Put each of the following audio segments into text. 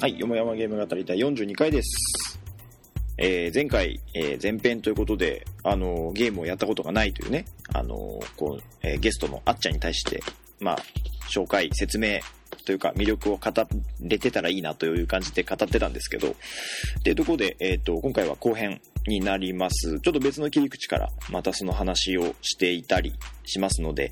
はい、よもやまゲーム語り第42回です。えー前回、えー前編ということで、あのーゲームをやったことがないというね、あのーこう、えーゲストのあっちゃんに対して、まあ、紹介、説明というか、魅力を語れてたらいいなという感じで語ってたんですけど、っていうところで、えっ、と、今回は後編になります。ちょっと別の切り口から、またその話をしていたりしますので、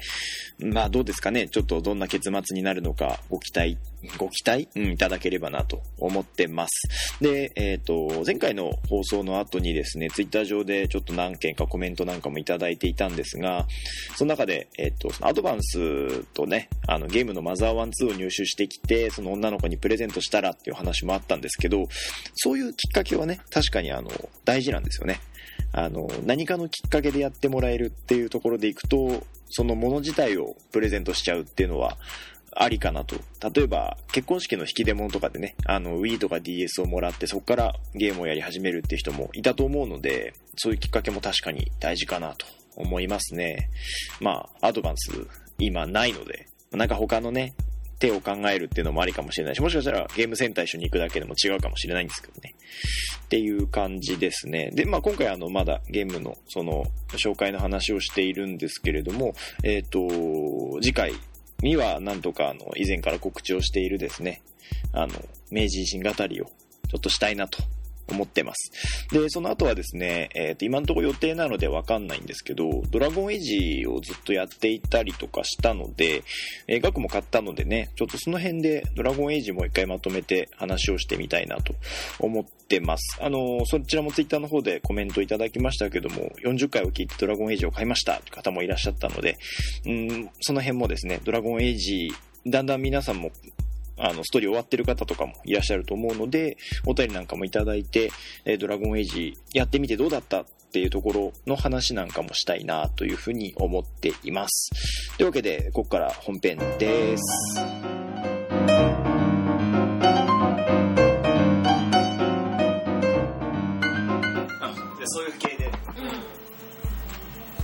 まあどうですかね、ちょっとどんな結末になるのか、ご期待ご期待、うん、いただければなと思ってます。で、えっ、と、前回の放送の後にですね、ツイッター上でちょっと何件かコメントなんかもいただいていたんですが、その中で、えっ、と、そのアドバンスとね、あの、ゲームのマザー1、2を入手してきて、その女の子にプレゼントしたらっていう話もあったんですけど、そういうきっかけはね、確かにあの、大事なんですよね。あの、何かのきっかけでやってもらえるっていうところでいくと、そのもの自体をプレゼントしちゃうっていうのは、ありかなと。例えば、結婚式の引き出物とかでね、あの、Wii とか DS をもらって、そこからゲームをやり始めるっていう人もいたと思うので、そういうきっかけも確かに大事かなと思いますね。まあ、アドバンス、今ないので、なんか他のね、手を考えるっていうのもありかもしれないし、もしかしたらゲームセンター一緒に行くだけでも違うかもしれないんですけどね。っていう感じですね。で、まあ今回あの、まだゲームの、その、紹介の話をしているんですけれども、えっ、と、次回、には、なんとか、あの、以前から告知をしているですね、あの、明治維新語りを、ちょっとしたいなと思ってます。で、その後はですね、えっ、と、今のところ予定なのでわかんないんですけど、ドラゴンエイジをずっとやっていたりとかしたので、え額も買ったのでね、ちょっとその辺でドラゴンエイジもう一回まとめて話をしてみたいなと思ってます。あの、そちらもツイッターの方でコメントいただきましたけども、40回を聞いてドラゴンエイジを買いましたという方もいらっしゃったので、うん、その辺もですね、ドラゴンエイジ、だんだん皆さんも、あの、ストーリー終わってる方とかもいらっしゃると思うので、お便りなんかもいただいて、えードラゴンエイジやってみてどうだったっていうところの話なんかもしたいなというふうに思っています。というわけで、ここから本編です。そういう系で、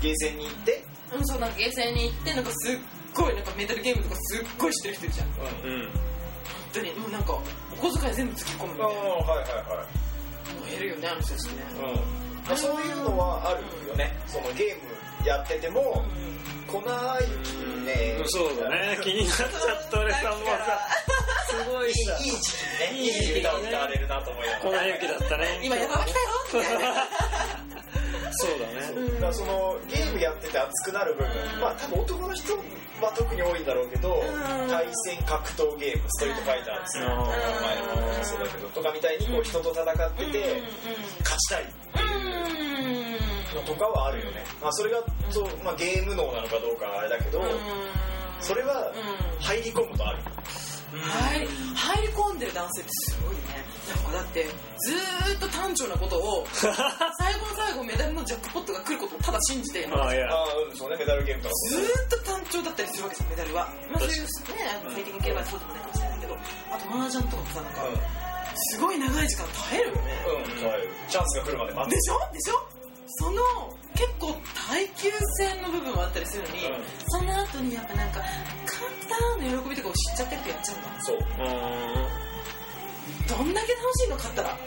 ゲーセンに行って、うん、うん、そうなんかゲーセンに行ってなんかすっごいなんかメタルゲームとかすっごいしてる人いるじゃん本うん。当にもうなんかお小遣い全部突き込むみたいなもはいはうるよねあの人たちねいはい。うん。まあ、そういうのはあるよね。そのゲームやってても、こないね、そうだね気になっちゃった俺さもうさすごいさいい時期にね、いい時期歌を歌われるなと思いながら。粉雪だったね今山脇だよみたいなそううだねんだからそのゲームやってて熱くなる部分、まあ多分男の人は特に多いんだろうけど、ん対戦格闘ゲーム、ストリートファイターですね。うん名前のもそうだけど、とかみたいにこう人と戦ってて、勝ちたいのとかはあるよね。まあそれが、そうまあ、ゲーム脳なのかどうかはあれだけど、それは入り込むとある。入り入り込んでる男性ってすごいねなんかだってずーっと単調なことを最後の最後メダルのジャックポットが来ることをただ信じて るああいやああ、うん、そうね、メダルゲームとかずーもっと単調だったりするわけですよメダルはまあそういうねあの最近の競馬はそうでもないかもしれないけどあと麻雀とかもさなんかすごい長い時間耐えるよねうん、うん、チャンスが来るまで待でって。しょでしょその結構耐久戦の部分はあったりするのに、うんその後にやっぱなんか簡単の喜びとかを知っちゃってるとやっちゃうんだそう。どんだけ楽しいの勝ったら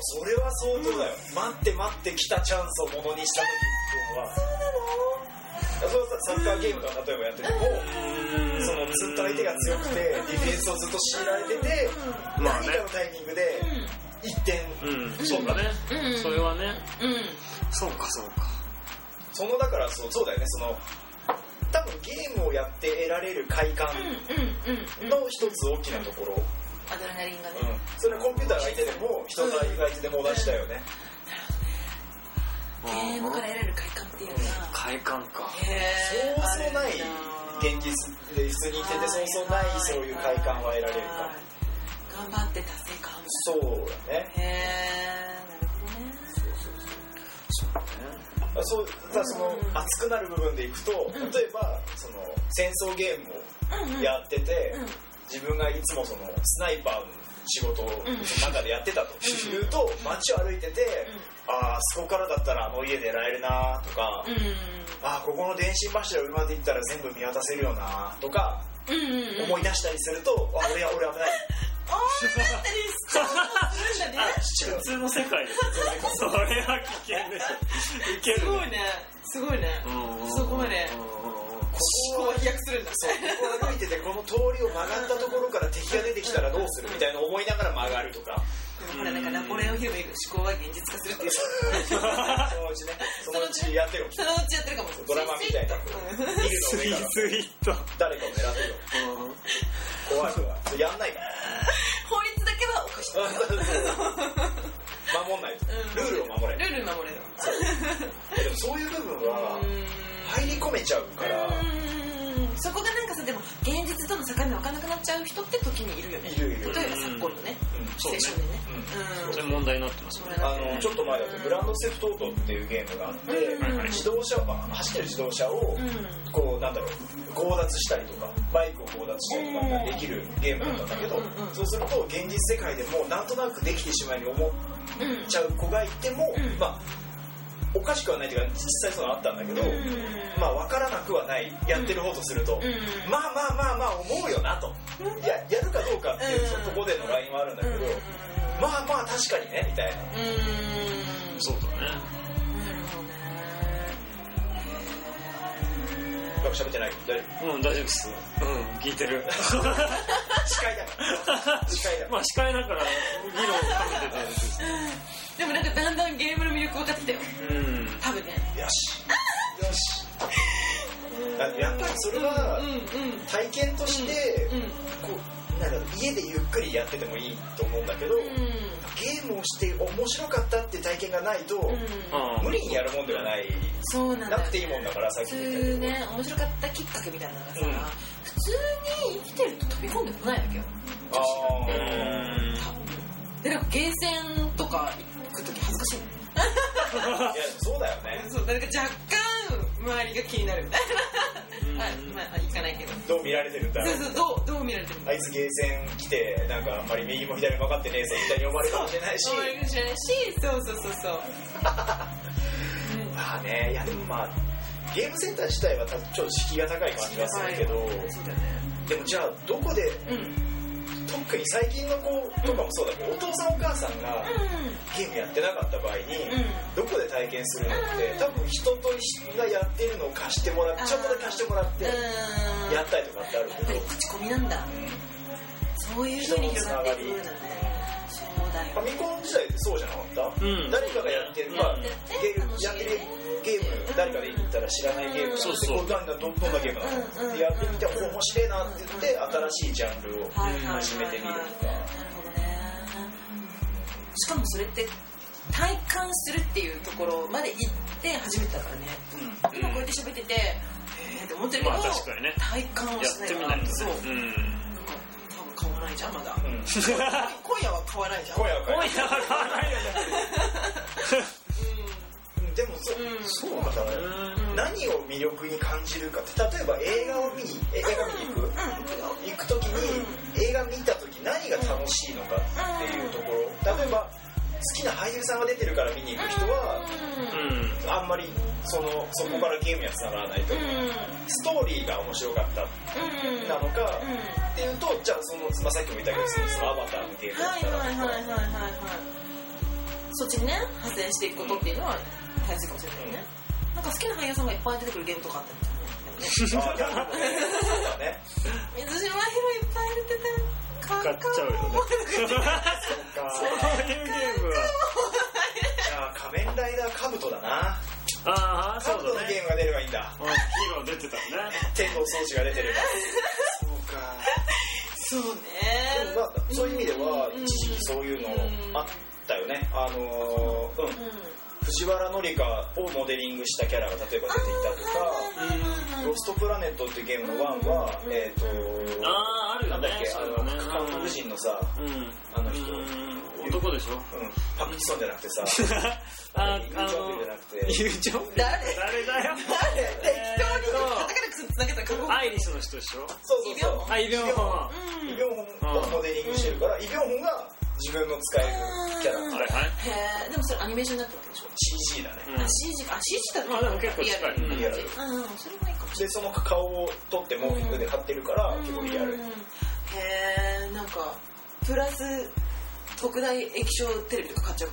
それは相当だよ。待って待って来たチャンスをものにした時っていうのは、そうさサッカーゲームとか例えばやってても、そのずっと相手が強くて、ディフェンスをずっと強いられてて、まあ何ねかのタイミングで1点、うんそうだねうんうんそれはねうんそうかそうかそのだからそうそうだよね、その、多分ゲームをやって得られる快感うんうんうんの一つ大きなところ。アドレナリンがね、うんそれはコンピューターが相手でも、人が相手でも同じだよね。ゲームから得られる快感っていうのは快感かへーそうそうなあいる現んだ実で椅子にいててそうそうないそういう快感は得られるから頑張って達成感そうだねへえなるほどねそうだからそのうん熱くなる部分でいくとうん例えばその戦争ゲームをやっててうん自分がいつもそのスナイパーの仕事を中でやってたとうん言うと街を歩いててああそこからだったらあの家狙えるなとかうんああここの電信柱上まで行ったら全部見渡せるよなとかうんうんうん思い出したりするとあ俺や俺 危ないあーだったりそうするんだね普通の世界ですそれは危険でしょいけするごねいねすごいねうんそこまでうんうんうん思考が飛躍するんだそうここ歩いててこの通りを曲がったところから敵が出てきたらどうするみたいな思いながら曲がると かほらなんかナポレオンヒルの言う思考は現実化するっていうそのうちねそのうちやってるそのうちやってるかもドラマみたいなうんビルスの上イからスイと誰かを狙ってる怖い怖いそれやんないから法律だけはおか しい守んないとルールを守れルールを守れよでもそういう部分はう入り込めちゃうからーんそこがなんかさでも現実との境目分かんなくなっちゃう人って時にいるよねいるい例えばる昨今のねうんシチュエーションでねうんうんそれ問題になってますよねあのちょっと前だとグランドセフトオートっていうゲームがあってうん自動車まあ走ってる自動車をうんこうなんだろう強奪したりとかバイクを強奪したりとかができるゲームだったんだけどうんうんうんそうすると現実世界でもうなんとなくできてしまいに思っうんちゃう子がいてもうんまあおかしくはないというか実際そういうのあったんだけどうんまあ分からなくはないやってる方とするとうんまあまあまあまあ思うよなといややるかどうかっていうそのとこでのラインはあるんだけどまあまあ確かにねみたいなうんうんそうだねなるほどねうまく喋ってない大丈夫うん大丈夫ですうん聞いてる司会だ から司会だからまあ司会だから議論をかけててでもなんかだんだんゲームの魅力分かってきたようん多分ねよしよしあやっぱりそれはうんうん体験としてうんこうなんだろう家でゆっくりやっててもいいと思うんだけどうんゲームをして面白かったって体験がないとうんあ無理にやるもんではないそうなんだなよくていいもんだからさっ普きも言ったけ通どね面白かったきっかけみたいなのがさ、うん普通に生きてると飛び込んでこないわけよああうーんでなんかゲーセンとか行く時恥ずかしいいやそうだよねのそうなんか若干周りが気になる みたいな、はいまあ行かないけどどう見られてるんだろそううそうどうどう見られてるのあいつゲーセン来てなんかあんまり右も左も分かってねえぜみたいに思われるかもしれないしそういうの知らないしそうそうそうそううんまあねいやでもまあゲームセンター自体はたちょっと敷居が高い感じがするけど、そうだよねでもじゃあどこで うん特に最近の子とかもそうだけど、お父さんお母さんがゲームやってなかった場合に、うんうんどこで体験するのって多分人と人がやってるのを貸してもらってちょっとだけ貸してもらってうんやったりとかってあるやけっぱりど、口コミなんだそういう風に広がっていくんだねそうだファよミコン時代ってそうじゃなかった、うん誰かがやってる、まあ、ゲームやってるゲーム誰かで言ったら知らないゲームそうそうこんなんだどんなゲームなのってやってみてお面白いなって言って新しいジャンルをはいはいはいはい始めてみるとなるかほどねしかもそれって体感するっていうところまで行って初めてだからね今こうやって喋っててえーって思ってるけどまあ確かにね体感はやしっないてかみらないとそうなねんか多分買わないじゃんまだうん今夜は買わないじゃん声は変え今夜は買わないようんでもそ,、うんそうなんだね、ね何を魅力に感じるかって例えば映画を見にえ映画見に行く、行く時に、映画見た時何が楽しいのかっていうところ例えば好きな俳優さんが出てるから見に行く人はうんあんまりそのそこからゲームにはつながらないとうんうんストーリーが面白かったうんなのか、うんっていうとじゃあその、まあ、さっきも言ったけどそのそのアバターのゲームだはいったらはいはいはいはいはいそっちにね派生していくことっていうのは大事かもしれないね、なんか好きな俳優さんがいっぱい出てくるゲームとかあったみたいなあーなるほどねそうだね水島ヒロいっぱい入れてて買買っちゃうよね そういうゲームはじゃあ仮面ライダーカブトだなああカそブトうのだゲーねムが出ればいいんだうんヒーロー出てたね天道掃除が出てればそうかそうねでもまあそういう意味では一時期そういうのあったよねあのーうんうん藤原紀香をモデリングしたキャラが例えば出ていたとか「ロストプラネット」っていうゲームのワンはえっ、とあああるなよんねだっけあそうのだね韓国人のさ、うんあの人うん男でしょうん、パクチソンじゃなくてさあユあーチョーのブじゃなくて 友情誰誰だよ適当にカタカナくつなげたら過去アイリスの人でしょそうそうそうあ、医療法。うんうんイ・ビョンホンをモデリングしてるから、イ・ビョンホンが自分の使えるキャラクタはーいはい。へえでもそれアニメーションになってるわけでしょ CG だねうんあ CG かあ CG だまあでも結構近リい。アルリアルうんうんそれもいいかもしれでその顔を撮ってモーフィングで貼ってるから、ない結構リアル、うんうんへえなんかプラス特大液晶テレビとか買っちゃう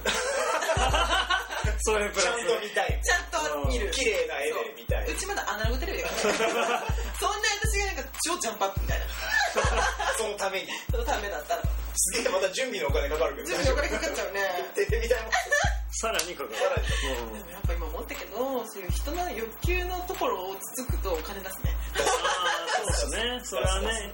そういうプちゃラんスと見たいちゃんと見る綺麗な絵で見たいうちまだアナログテレビだからねそんな私がなんか超ジャンパップみたいなそのためにそのためだったらすげえまた準備のお金かかるけど全部お金かかっちゃうねテレビ代もさらにかかる。うんでもやっぱ今思ったけどそういう人の欲求のところをつつくとお金出すねああ、そうですね。それはね。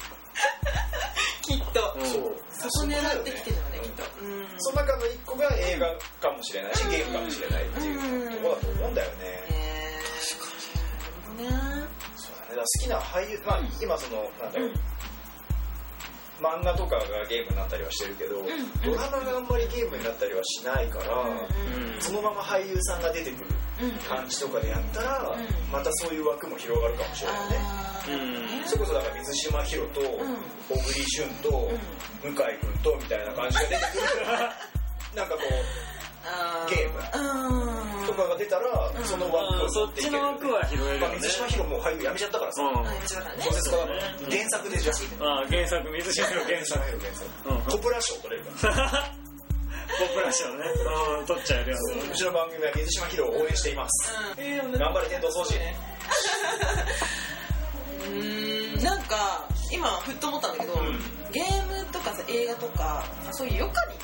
きっと、うんそうそこ狙ってきてるよねきっとうんその中の一個が映画かもしれないし、ゲームかもしれないっていうところだと思うんだよね。えー、確かにねそうだねだから好きな俳優、まあ、今その、なんだろううん、漫画とかがゲームになったりはしてるけど、ドラマがあんまりゲームになったりはしないから、うんそのまま俳優さんが出てくるうん感じとかでやったらん、またそういう枠も広がるかもしれないよね。あーうんそれこそだから水島ひろと、小栗旬と、向井君とみたいな感じが出てくるから、なんかこう、あゲームとかが出たら、その枠うをんそ取っていちけるのよね枠は拾えるまよあ、ね水。島ひろも俳優やめちゃったからさ、うん。あ一番だね小説家だから、うん原作でじゃあああ、原作、水島の原水島作。ひろ原作うん。ポプラ賞取れるから僕らしをね。うん、取っちゃえるよね。うちの番組は水島ひろを応援していますうんえー同じ頑張れ天童掃除うーんなんか今ふっと思ったんだけど、んゲームとかさ映画とかそういう余暇にね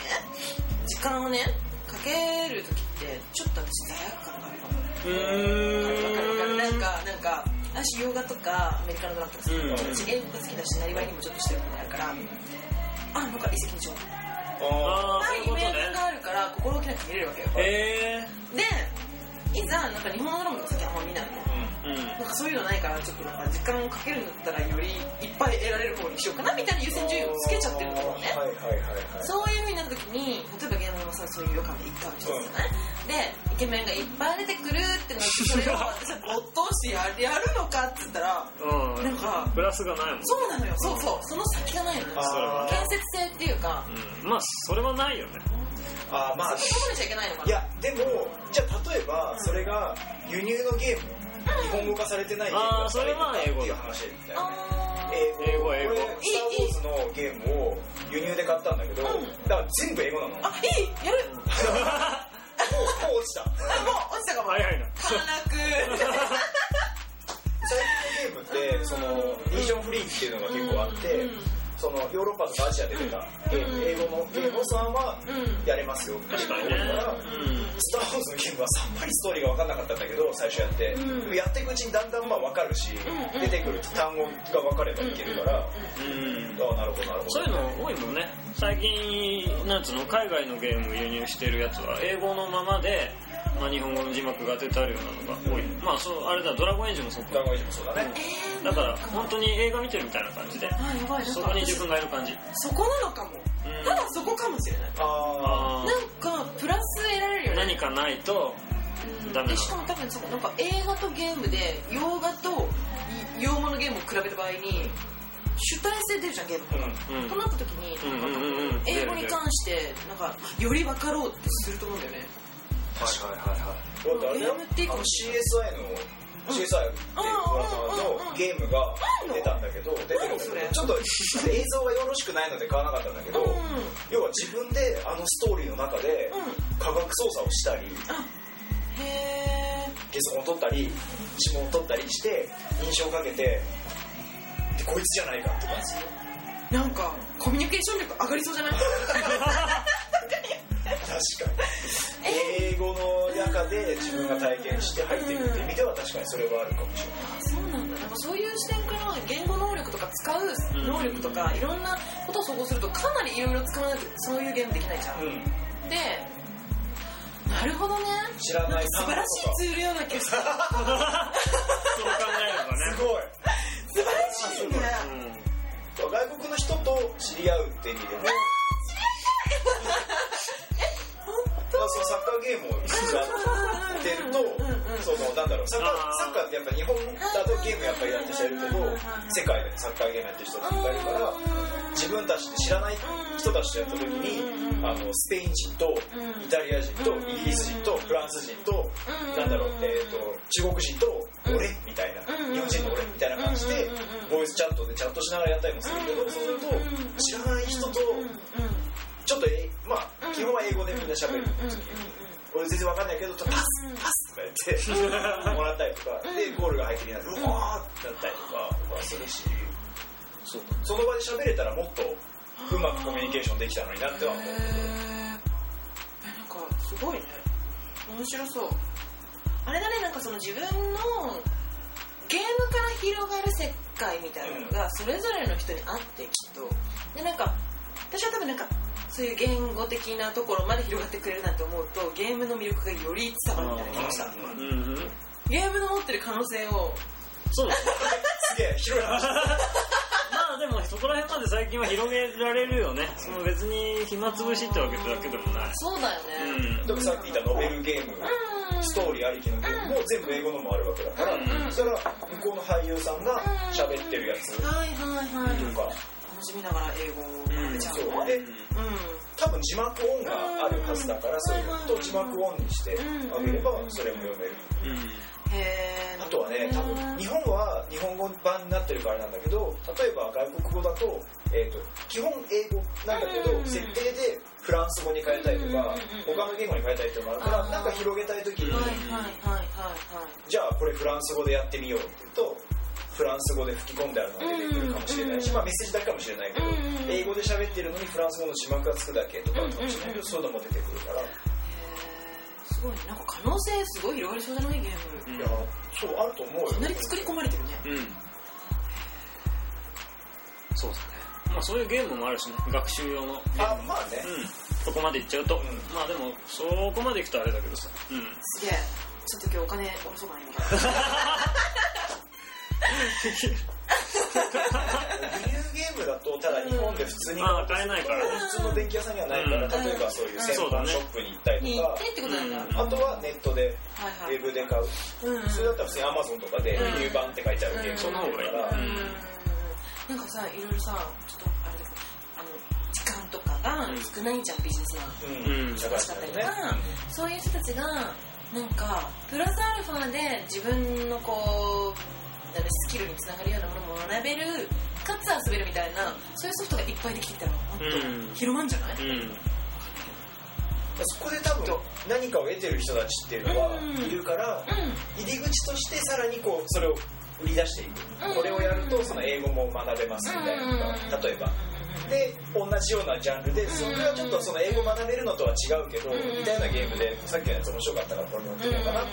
時間をねかける時ってちょっと私罪悪感があるかもうーん。なんかなんか私洋画とかアメリカのドラマとか好きだけどうん私ゲームが好きだしなりわいにもちょっとしてるのもあるからあなんか一石二鳥あああ、そういイうことメーねジ。があるから心置きなく見れるわけよええ。でいざなんか日本のドラマとか好きあんま見ないのーうん。なんかそういうのないからちょっとなんか時間をかけるんだったらよりいっぱい得られる方にしようかなみたいな優先順位をつけちゃってると思うねはいはいはいはいそういう風になった時に例えば芸能もさそういう予感で行ったわけじゃない、でイケメンがいっぱい出てくるってなってそれを私は没頭してやるやるのかっつったらうん。なんかプラスがないもん。そうなのよそうそうその先がないのよあー建設性っていうかうん。まあ、それはないよね。あーまあそこまでしちゃいけないのかいなやでもじゃあ例えばそれが輸入のゲーム日本語化されてないゲームあーそれはっていう話だよねあー英語英語英語俺スター・ウォーズのゲームを輸入で買ったんだけどだうんから全部英語なのもうもあいいやるう落ちたあもう落ちたかも早いな。かなく最近のゲームってそのリージョンフリーっていうのが結構あって、うんそのヨーロッパとかアジアで出たゲーム、英語のゲームさんはうんやれますよっていう確のかが多にいねか。ら。スター・ウォーズのゲームはさっぱりストーリーが分かんなかったんだけど最初やって、うんやっていくうちにだんだんまあ分かるし、うん出てくる単語が分かればいけるから、うん。うん。ああなるほどなるほどそういうの多いもんね最近なんつうの海外のゲーム輸入してるやつは英語のままで、まあ、日本語の字幕が出てあるようなのが多い、まあそうあれだドラゴンエイジもそっダかンゴイジもそうだね、えーだから本当に映画見てるみたいな感じであやばいなんそかこに私自分がいる感じうんそこなのかもただそこかもしれないああなんかプラス得られるよーね何かないとうんダメなのでしかも多分そこなんか映画とゲームで洋画とい洋物のゲームを比べた場合に主体性出るじゃんゲームあうんうんとなった時にうんうんうんうん英語に関してなんかより分かろうってすると思うんだよね確かにはいはいだってあれだよゲームっていいかもし CSI の CSI っていうドラマのゲームが出たんだけど出てるんだけそれどちょっと映像がよろしくないので買わなかったんだけうんど要は自分であのストーリーの中でうん科学操作をしたりへゲソ痕を取ったり指紋を取ったりして認証をかけてでこいつじゃないかとかえなんかコミュニケーション力上がりそうじゃない確かに英語の中で自分が体験して入っていくっていう意味では確かにそれはあるかもしれないそうなんだなんかそういう視点から言語能力とか使う能力とかいろんなことを総合するとかなりいろいろ使わないとそういうゲームできないじゃんうんでなるほどね知らない素晴らしいツールような気がしたそう考すごい素晴らしいねえればね外国の人と知り合うって意味でもまあそのサッカーゲームをやってるうんうんうんとそのなんだろうサッカあーーサッカーってやっぱ日本だとゲームやっぱりやってる人いるけど世界でサッカーゲームやってる人っていっぱいいるから自自分たちって知らない人たちとやった時にあのスペイン人とイタリア人とイギリス人とフランス人となんだろう、えー、と中国人と俺みたいな日本人と俺みたいな感じでボイスチャットでチャットしながらやったりもするけどそうすると知らない人とちょっとえまあ基本は英語でみんな喋る俺全然わかんないけどパスパスとか言 ってもらったりとかでゴールが入ってきたらうわーってなったりとかはするしそうその場で喋れたらもっとうまくコミュニケーションできたのになっては思うへえなんかすごいね面白そうあれだねなんかその自分のゲームから広がる世界みたいなのがそれぞれの人にあってきっとでなんか私は多分なんかそういう言語的なところまで広がってくれるなんて思うとゲームの魅力がより伝わるみたいな気がしたうんうんゲームの持ってる可能性をそうですねすげえ広い話まあでもそこら辺まで最近は広げられるよねその別に暇つぶしってわけだけでもないそうだようねんでもさっき言ったノベルゲームうんストーリーありきのゲームも全部英語のもあるわけだからうんそしたら向こうの俳優さんが喋ってるやつとはいはいはいか楽しみながら英語を学べちゃうそうのでうん多分字幕音があるはずだからそれと字幕音にしてあげればそれも読めるうんへーあとはね多分日本は日本語版になってるからなんだけど例えば外国語だと,、えー、と基本英語なんだけど、うん設定でフランス語に変えたりとか、うん他の言語に変えたりとかあるから、あーなんか広げたい時に、はいはいはいはいじゃあこれフランス語でやってみようって言うとフランス語で吹き込んであるのが出てくるかもしれないし、うんまあ、メッセージだけかもしれないけど、うんうん英語で喋ってるのにフランス語の字幕がつくだけとかかもしれないけど、うんうんそういうのも出てくるから。へーすごいねなんか可能性すごい広がりそうだねゲームいやそうあると思うよかなり作り込まれてるねうんそうだねまあそういうゲームもあるしね学習用のゲーあムまあね、うんそこまで行っちゃうと、んまあでもそこまで行くとあれだけどさうんすげえちょっと今日お金下ろそうかな今から輸入ゲームだとただ日本で普通にまあ買えないからね普通の電気屋さんにはないから、うん例えばそういう専門ショップに行ったりにと行かっ、てってことなんだうはんあとはネットでウいはいェブで買う、うんそれだったら普通に Amazon とかでうん輸入版って書いてあるゲームその方がいいだうかんなんかさいろいろさちょっとあれだけどあの時間とかが少ないじゃんビジネスマンら、ううんん、社欲会しかった人だりととねか、そういう人たちがなんかプラスアルファで自分のこうなんかスキルにつながるようなものも学べるかつ遊べるみたいなそういうソフトがいっぱいできてきたらもっうんと広まんじゃない、うんそこで多分何かを得てる人たちっていうのはうんいるからうん入り口としてさらにこうそれを売り出していく、うんこれをやるとその英語も学べますみたいなとか、うん例えばで同じようなジャンルでそれはちょっとその英語学べるのとは違うけどうんみたいなゲームでさっきのやつ面白かったからこれもやってみようかなっ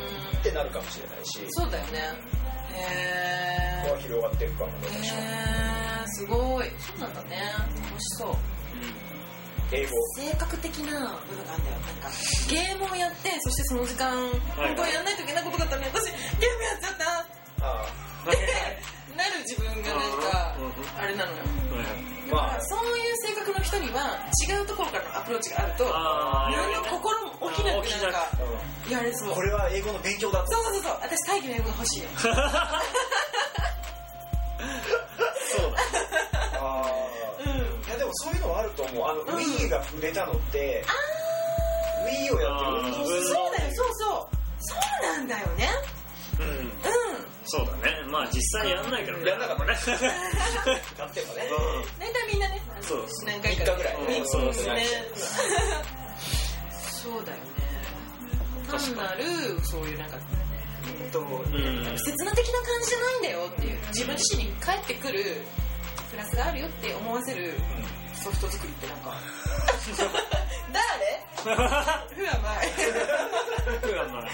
てなるかもしれないしそうだよねこへこは広がっていくかもねえへえすごいそうなんだね楽しそう英語性格的な部分があるんだよなんかゲームをやってそしてその時間い本当はやらないといけないことがあったのに私ゲームやっちゃったあってなる自分がなんかあれなのよあだかまあらそういう性格の人には違うところからのアプローチがあるとあー何も心も起きなくなんかうやれそうんこれは英語の勉強だとそうそうそうそう私大義の英語が欲しいよそうだああいやでもそういうのはあると思うあの Wii が売れたのって Wii をやってるあそーうだよそうそうそうなんだよねうんうんうんそうだねまあ実際やんないからねやんなかったね買ってもね大体みんなねそう何回か三日ぐらいうんそうそうねそうだよね単確なるそういうなんかうんとうん刹那的な感じじゃないんだよっていう自分自身に返ってくるプラスがあるよって思わせるソフト作りってなん か誰ふわまい 僕はまあ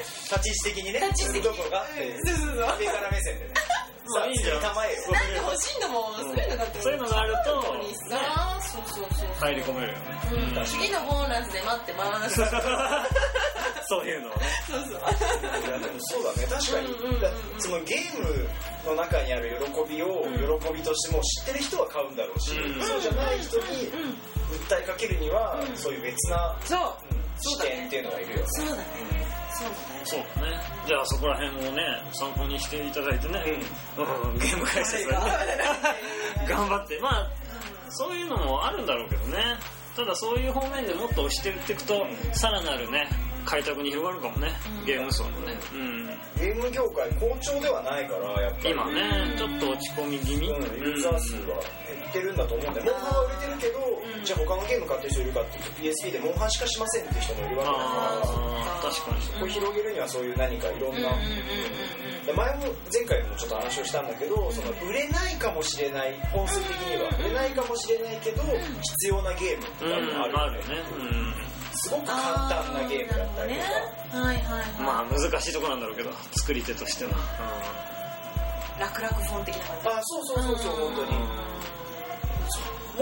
立ち位置的にねタッチしてきどこがっていうそうそうそう上から目線でねさあいいんじゃん構えよなんで欲しいんだもんそういうのだってそういうのがあると本当にさそうそうそう入り込めるよねうん次のボーナスで待ってますそう そういうのをねそういやでもそうだね確かに、うんうんうんだそのゲームの中にある喜びを喜びとしてもう知ってる人は買うんだろうし、うんそうじゃない人にうん訴えかけるには、うんそういう別な、そううん視点っていうのがいるよねそうだねそうだねそうだねじゃあそこら辺をね参考にしていただいてね、うんゲーム解説だね頑張ってまあそういうのもあるんだろうけどねただそういう方面でもっと押して売っていくとさらなるね開拓に広がるかもねうんゲーム層のねうんゲーム業界好調ではないからやっぱり今ねちょっと落ち込み気味うんユーザー数は減ってるんだと思うんで、モンハンは売れてるけど、うんじゃあ他のゲーム買ってる人いるかっていうと PSP でモンハンしかしませんって人もいるわけだから、ああ確かにこれ広げるにはそういう何かいろんうんうんな、うん前も前回もちょっと話をしたんだけどその売れないかもしれない本数的には売れないかもしれないけど必要なゲームって多分うあるんあよるねよねうんすごく簡単なゲームだったりとかうんはいはいはいまあ難しいとこなんだろうけど作り手としては楽々フォン的な感じあそうそうそうそう本当に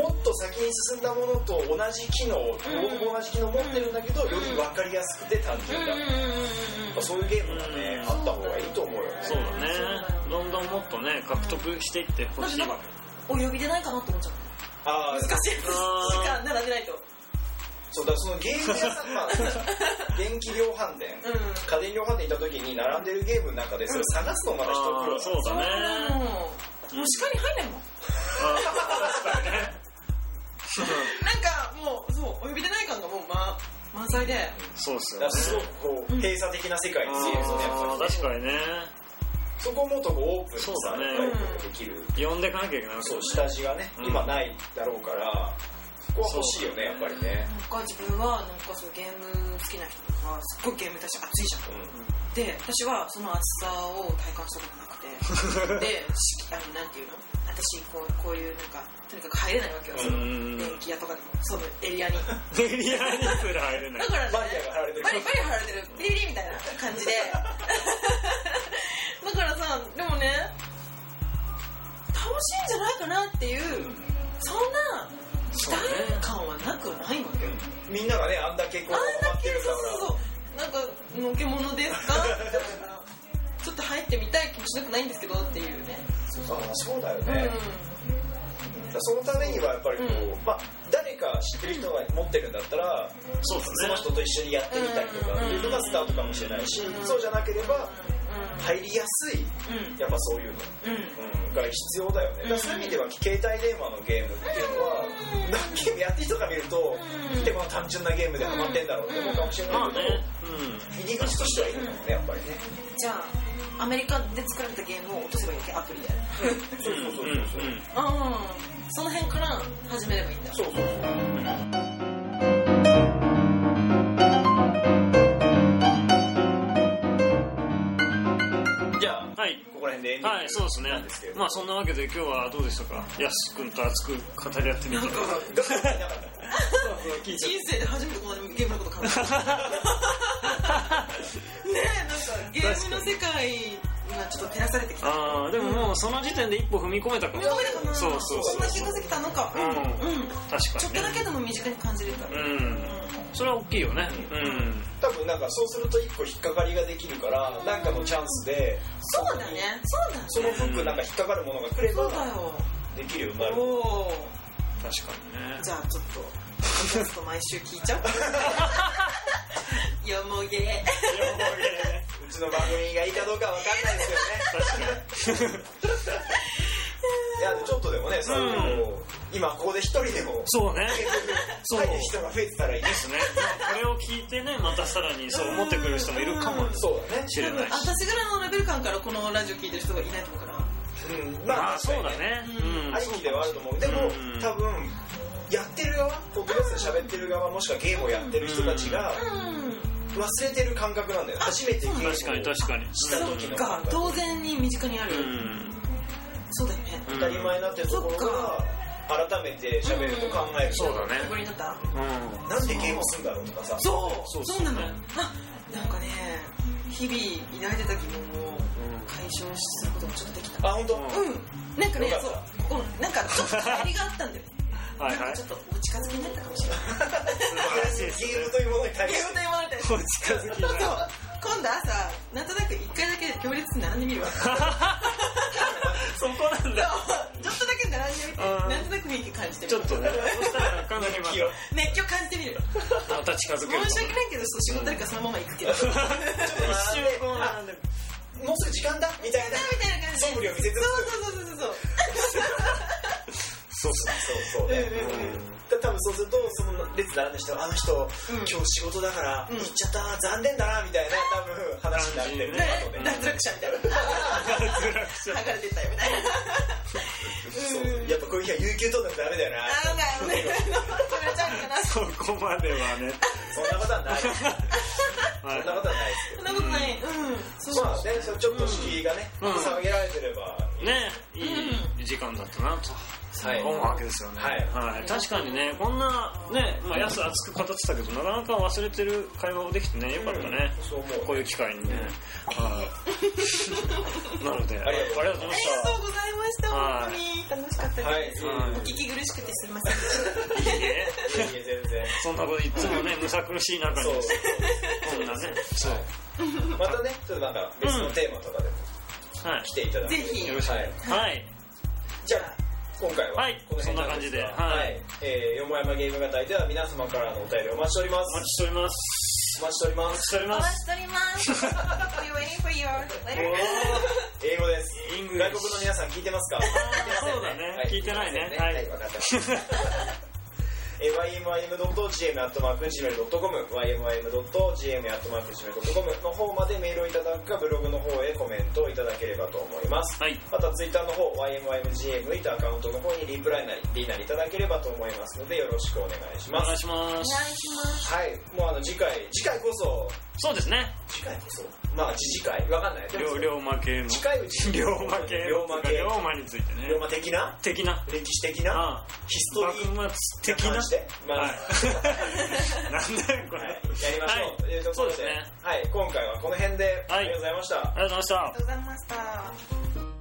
もっと先に進んだものと同じ機能両方同じ機能持ってるんだけどより分かりやすくて単純だ、うんうんやうんうんっぱそういうゲームがねうんあった方がいいと思うよねそうだねどんどんもっとね獲得していってほしいわけうんお呼びでないかなって思っちゃっああた難しい時あー間並んでないとそうだからそのゲーム屋さんま あ電気量販店うん家電量販店いた時に並んでるゲームの中でそれ探すのまだ一苦あ労あそうだねなのもう視界に入んないもんあ確かにねなんかもうそうお呼びでない感がもうま満載でそうっすだよかねらすごくこう閉鎖的な世界に強いですよねやっあぱー確かにねりそこをもっとこうオープンにさそうだねやっぱりできる呼んでかなきゃいけないわけそう下地がねうん今ないだろうからそこは欲しいよねやっぱりねなんか自分はなんかそうゲーム好きな人とかすっごいゲームに対して熱いじゃんで私はその熱さを体感したことがなくてでしあのなんていうの私こうこういうなんかとにかく入れないわけよ、うそのん電気屋とかでもそのエリアにだかエリアにすら入れないらねバリアが張られてるバリバリ貼られてるビリビリみたいな感じで だからさでもね楽しいんじゃないかなっていうそんな期待感はなくないわけようんみんながねあんだけこうあん待だっけてるんだそうからそうそうなんかのけ者です かって思いながらちょっと入ってみたい気もしなくないんですけどっていうねあーそうだようんねだからそのためにはやっぱりこううまあ誰か知ってる人が持ってるんだったらそうそのだね人と一緒にやってみたりとかっていうのがスタートかもしれないしうんそうじゃなければ入りやすいうんやっぱそういうのうんうんうんが必要だよね、だからそういう意味では携帯電話のゲームっていうのは何ゲームやってる人が見ると見てこの単純なゲームでハマってんだろうって思うかもしれまなあねいけどうん入り口としてはいるんだもんねやっぱりねじゃあアメリカで作られたゲームを落とせばいいわけアプリでそうそうそうそうそううんああその辺から始めればいいんだそうそうそうじゃあはいここら辺でエンディングはいそうですねなんですけれどまあそんなわけで今日はどうでしたかやすし君と熱く語り合ってみてなんかどうもありがとうございました聞いちゃっ人生で初めてこんなゲームのこと考え たねえなんかゲームの世界がちょっと照らされてきたたああでももうその時点で一歩踏み込めたかごもめんごめんだからなそうそうそんそなう気がしてきたのかうんうん確ちょっかにとねだけでも身近に感じるからうんそれは大きいよねうん多分なんかそうすると一個引っかかりができるからなんかのチャンスでそうだねそうだねそのフックなんか引っかかるものが来れそばうだよできるようになるおお確かにねじゃあちょっとポッドキャスト毎週聞いちゃお うよもげうちの番組がいいかどうかわかんないですけどね確かにいやちょっとでもねそういうのを今ここで一人でもそうねそう入る人が増えてたらいいねですねまあこれを聞いてねまたさらにそう思ってくる人もいるかもそうだねしれないし私ぐらいのレベル感からこのラジオ聞いてる人がいないと思うからうんまあそうだねううんありきではあると思うでうもん多分やってる側ポッドキャストで喋ってる側もしくはゲームをやってる人たちがうん忘れてる感覚なんだよ初めてゲームを確かに確かにした時のが当然に身近にある、うんそうだよね当たり前になってるところが改めて喋ると考えるとそうだねご覧になったうんなんでゲームするんだろうとかさそうそうそうなのあなんかね日々抱いてた疑問を解消することもちょっとできたあ本当。うんうんなんかねよかっそうたここなんかちょっと帰りがあったんだよはいなはんかいちょっとお近づきになったかもしれない素晴らしいですゲームというものに対ゲしームてと言われてお近づきになるそう今度朝なんとなく一回だけ行列に並んでみるわそうそこなんだちょっとだけ並んでみてあーなんとなく雰囲気感じてみちょるっとねそしたらかなりまよ熱狂感じてみるたまた近づける申し訳ないけどそう仕事だからそのまま行くけどみたいな一瞬こう並んでるもうすぐ時間だみたいな感じでそぶりを見せつつそうそうそうそうそうそうそうそうそう、うねんうんうんだ多分そうするとその列並んで人はあの人、ん今日仕事だからうん行っちゃった残念だなみたいな多分話になってるねあと脱ね落者みたいな脱落しちゃ剥がれてったよみたいなうんそうやっぱこういう日は有給取らなきゃダメだよあなーまあねそれちゃうかなう そこまではね、そんなことはないそんなはいことはないですそんなことないうんそうけどまあねそのちょっと敷居がね、うん下げられてればいいねいい時間だったなと、はい思うわけですよね、はい確かにねこんなね、まあ、安熱く語ってたけどなかなか忘れてる会話をできてねよかったね、うんそう思うこういう機会にね、 はいなのでありがとうごありざいますがとうございまあしりがたとうございました本当に楽しはいかったはいですうんお聞き苦しくてすいませんいいえいえいえ全然そんなこといつもねむさ苦しい中にそうこんなねそうまたねちょっとなんか別のテーマとかでもはい来ていただいて、ぜひよろしくはいはいじゃあ今回ははいこの辺そんなは感じではいい、えーよもやまゲーム型では皆様からのお便りお待ちしておりまお待ちすしておりますお待ちしておりまお待ちすしておりおま待ちすしております We're waiting for your letter 英語ですイングリッ外シュ国の皆さん聞いてますかそうだね聞いてないねははいい分かってますえー ymym.gm.com ym.gm.gm.com の方までメールをいただくかブログの方へコメントをいただければと思います はいまたツイッターの方 YMYMGM とアカウントの方にリプライなりリーなりいただければと思いますのでよろしくお願いしおま願いすしまおす願いしますはいもうあの次回次回こそそうですね次回こそまあ次次回わかんないでも龍龍馬系の近いうちに龍馬系龍馬系龍馬についてね龍馬的な的な歴史的なああヒストリー幕末的な感じでまあはい なんだよこはれ、いやりましょはいうというとこそうろですでねはい今回はこの辺ではいありがとうございましたありがとうございましたありがとうございました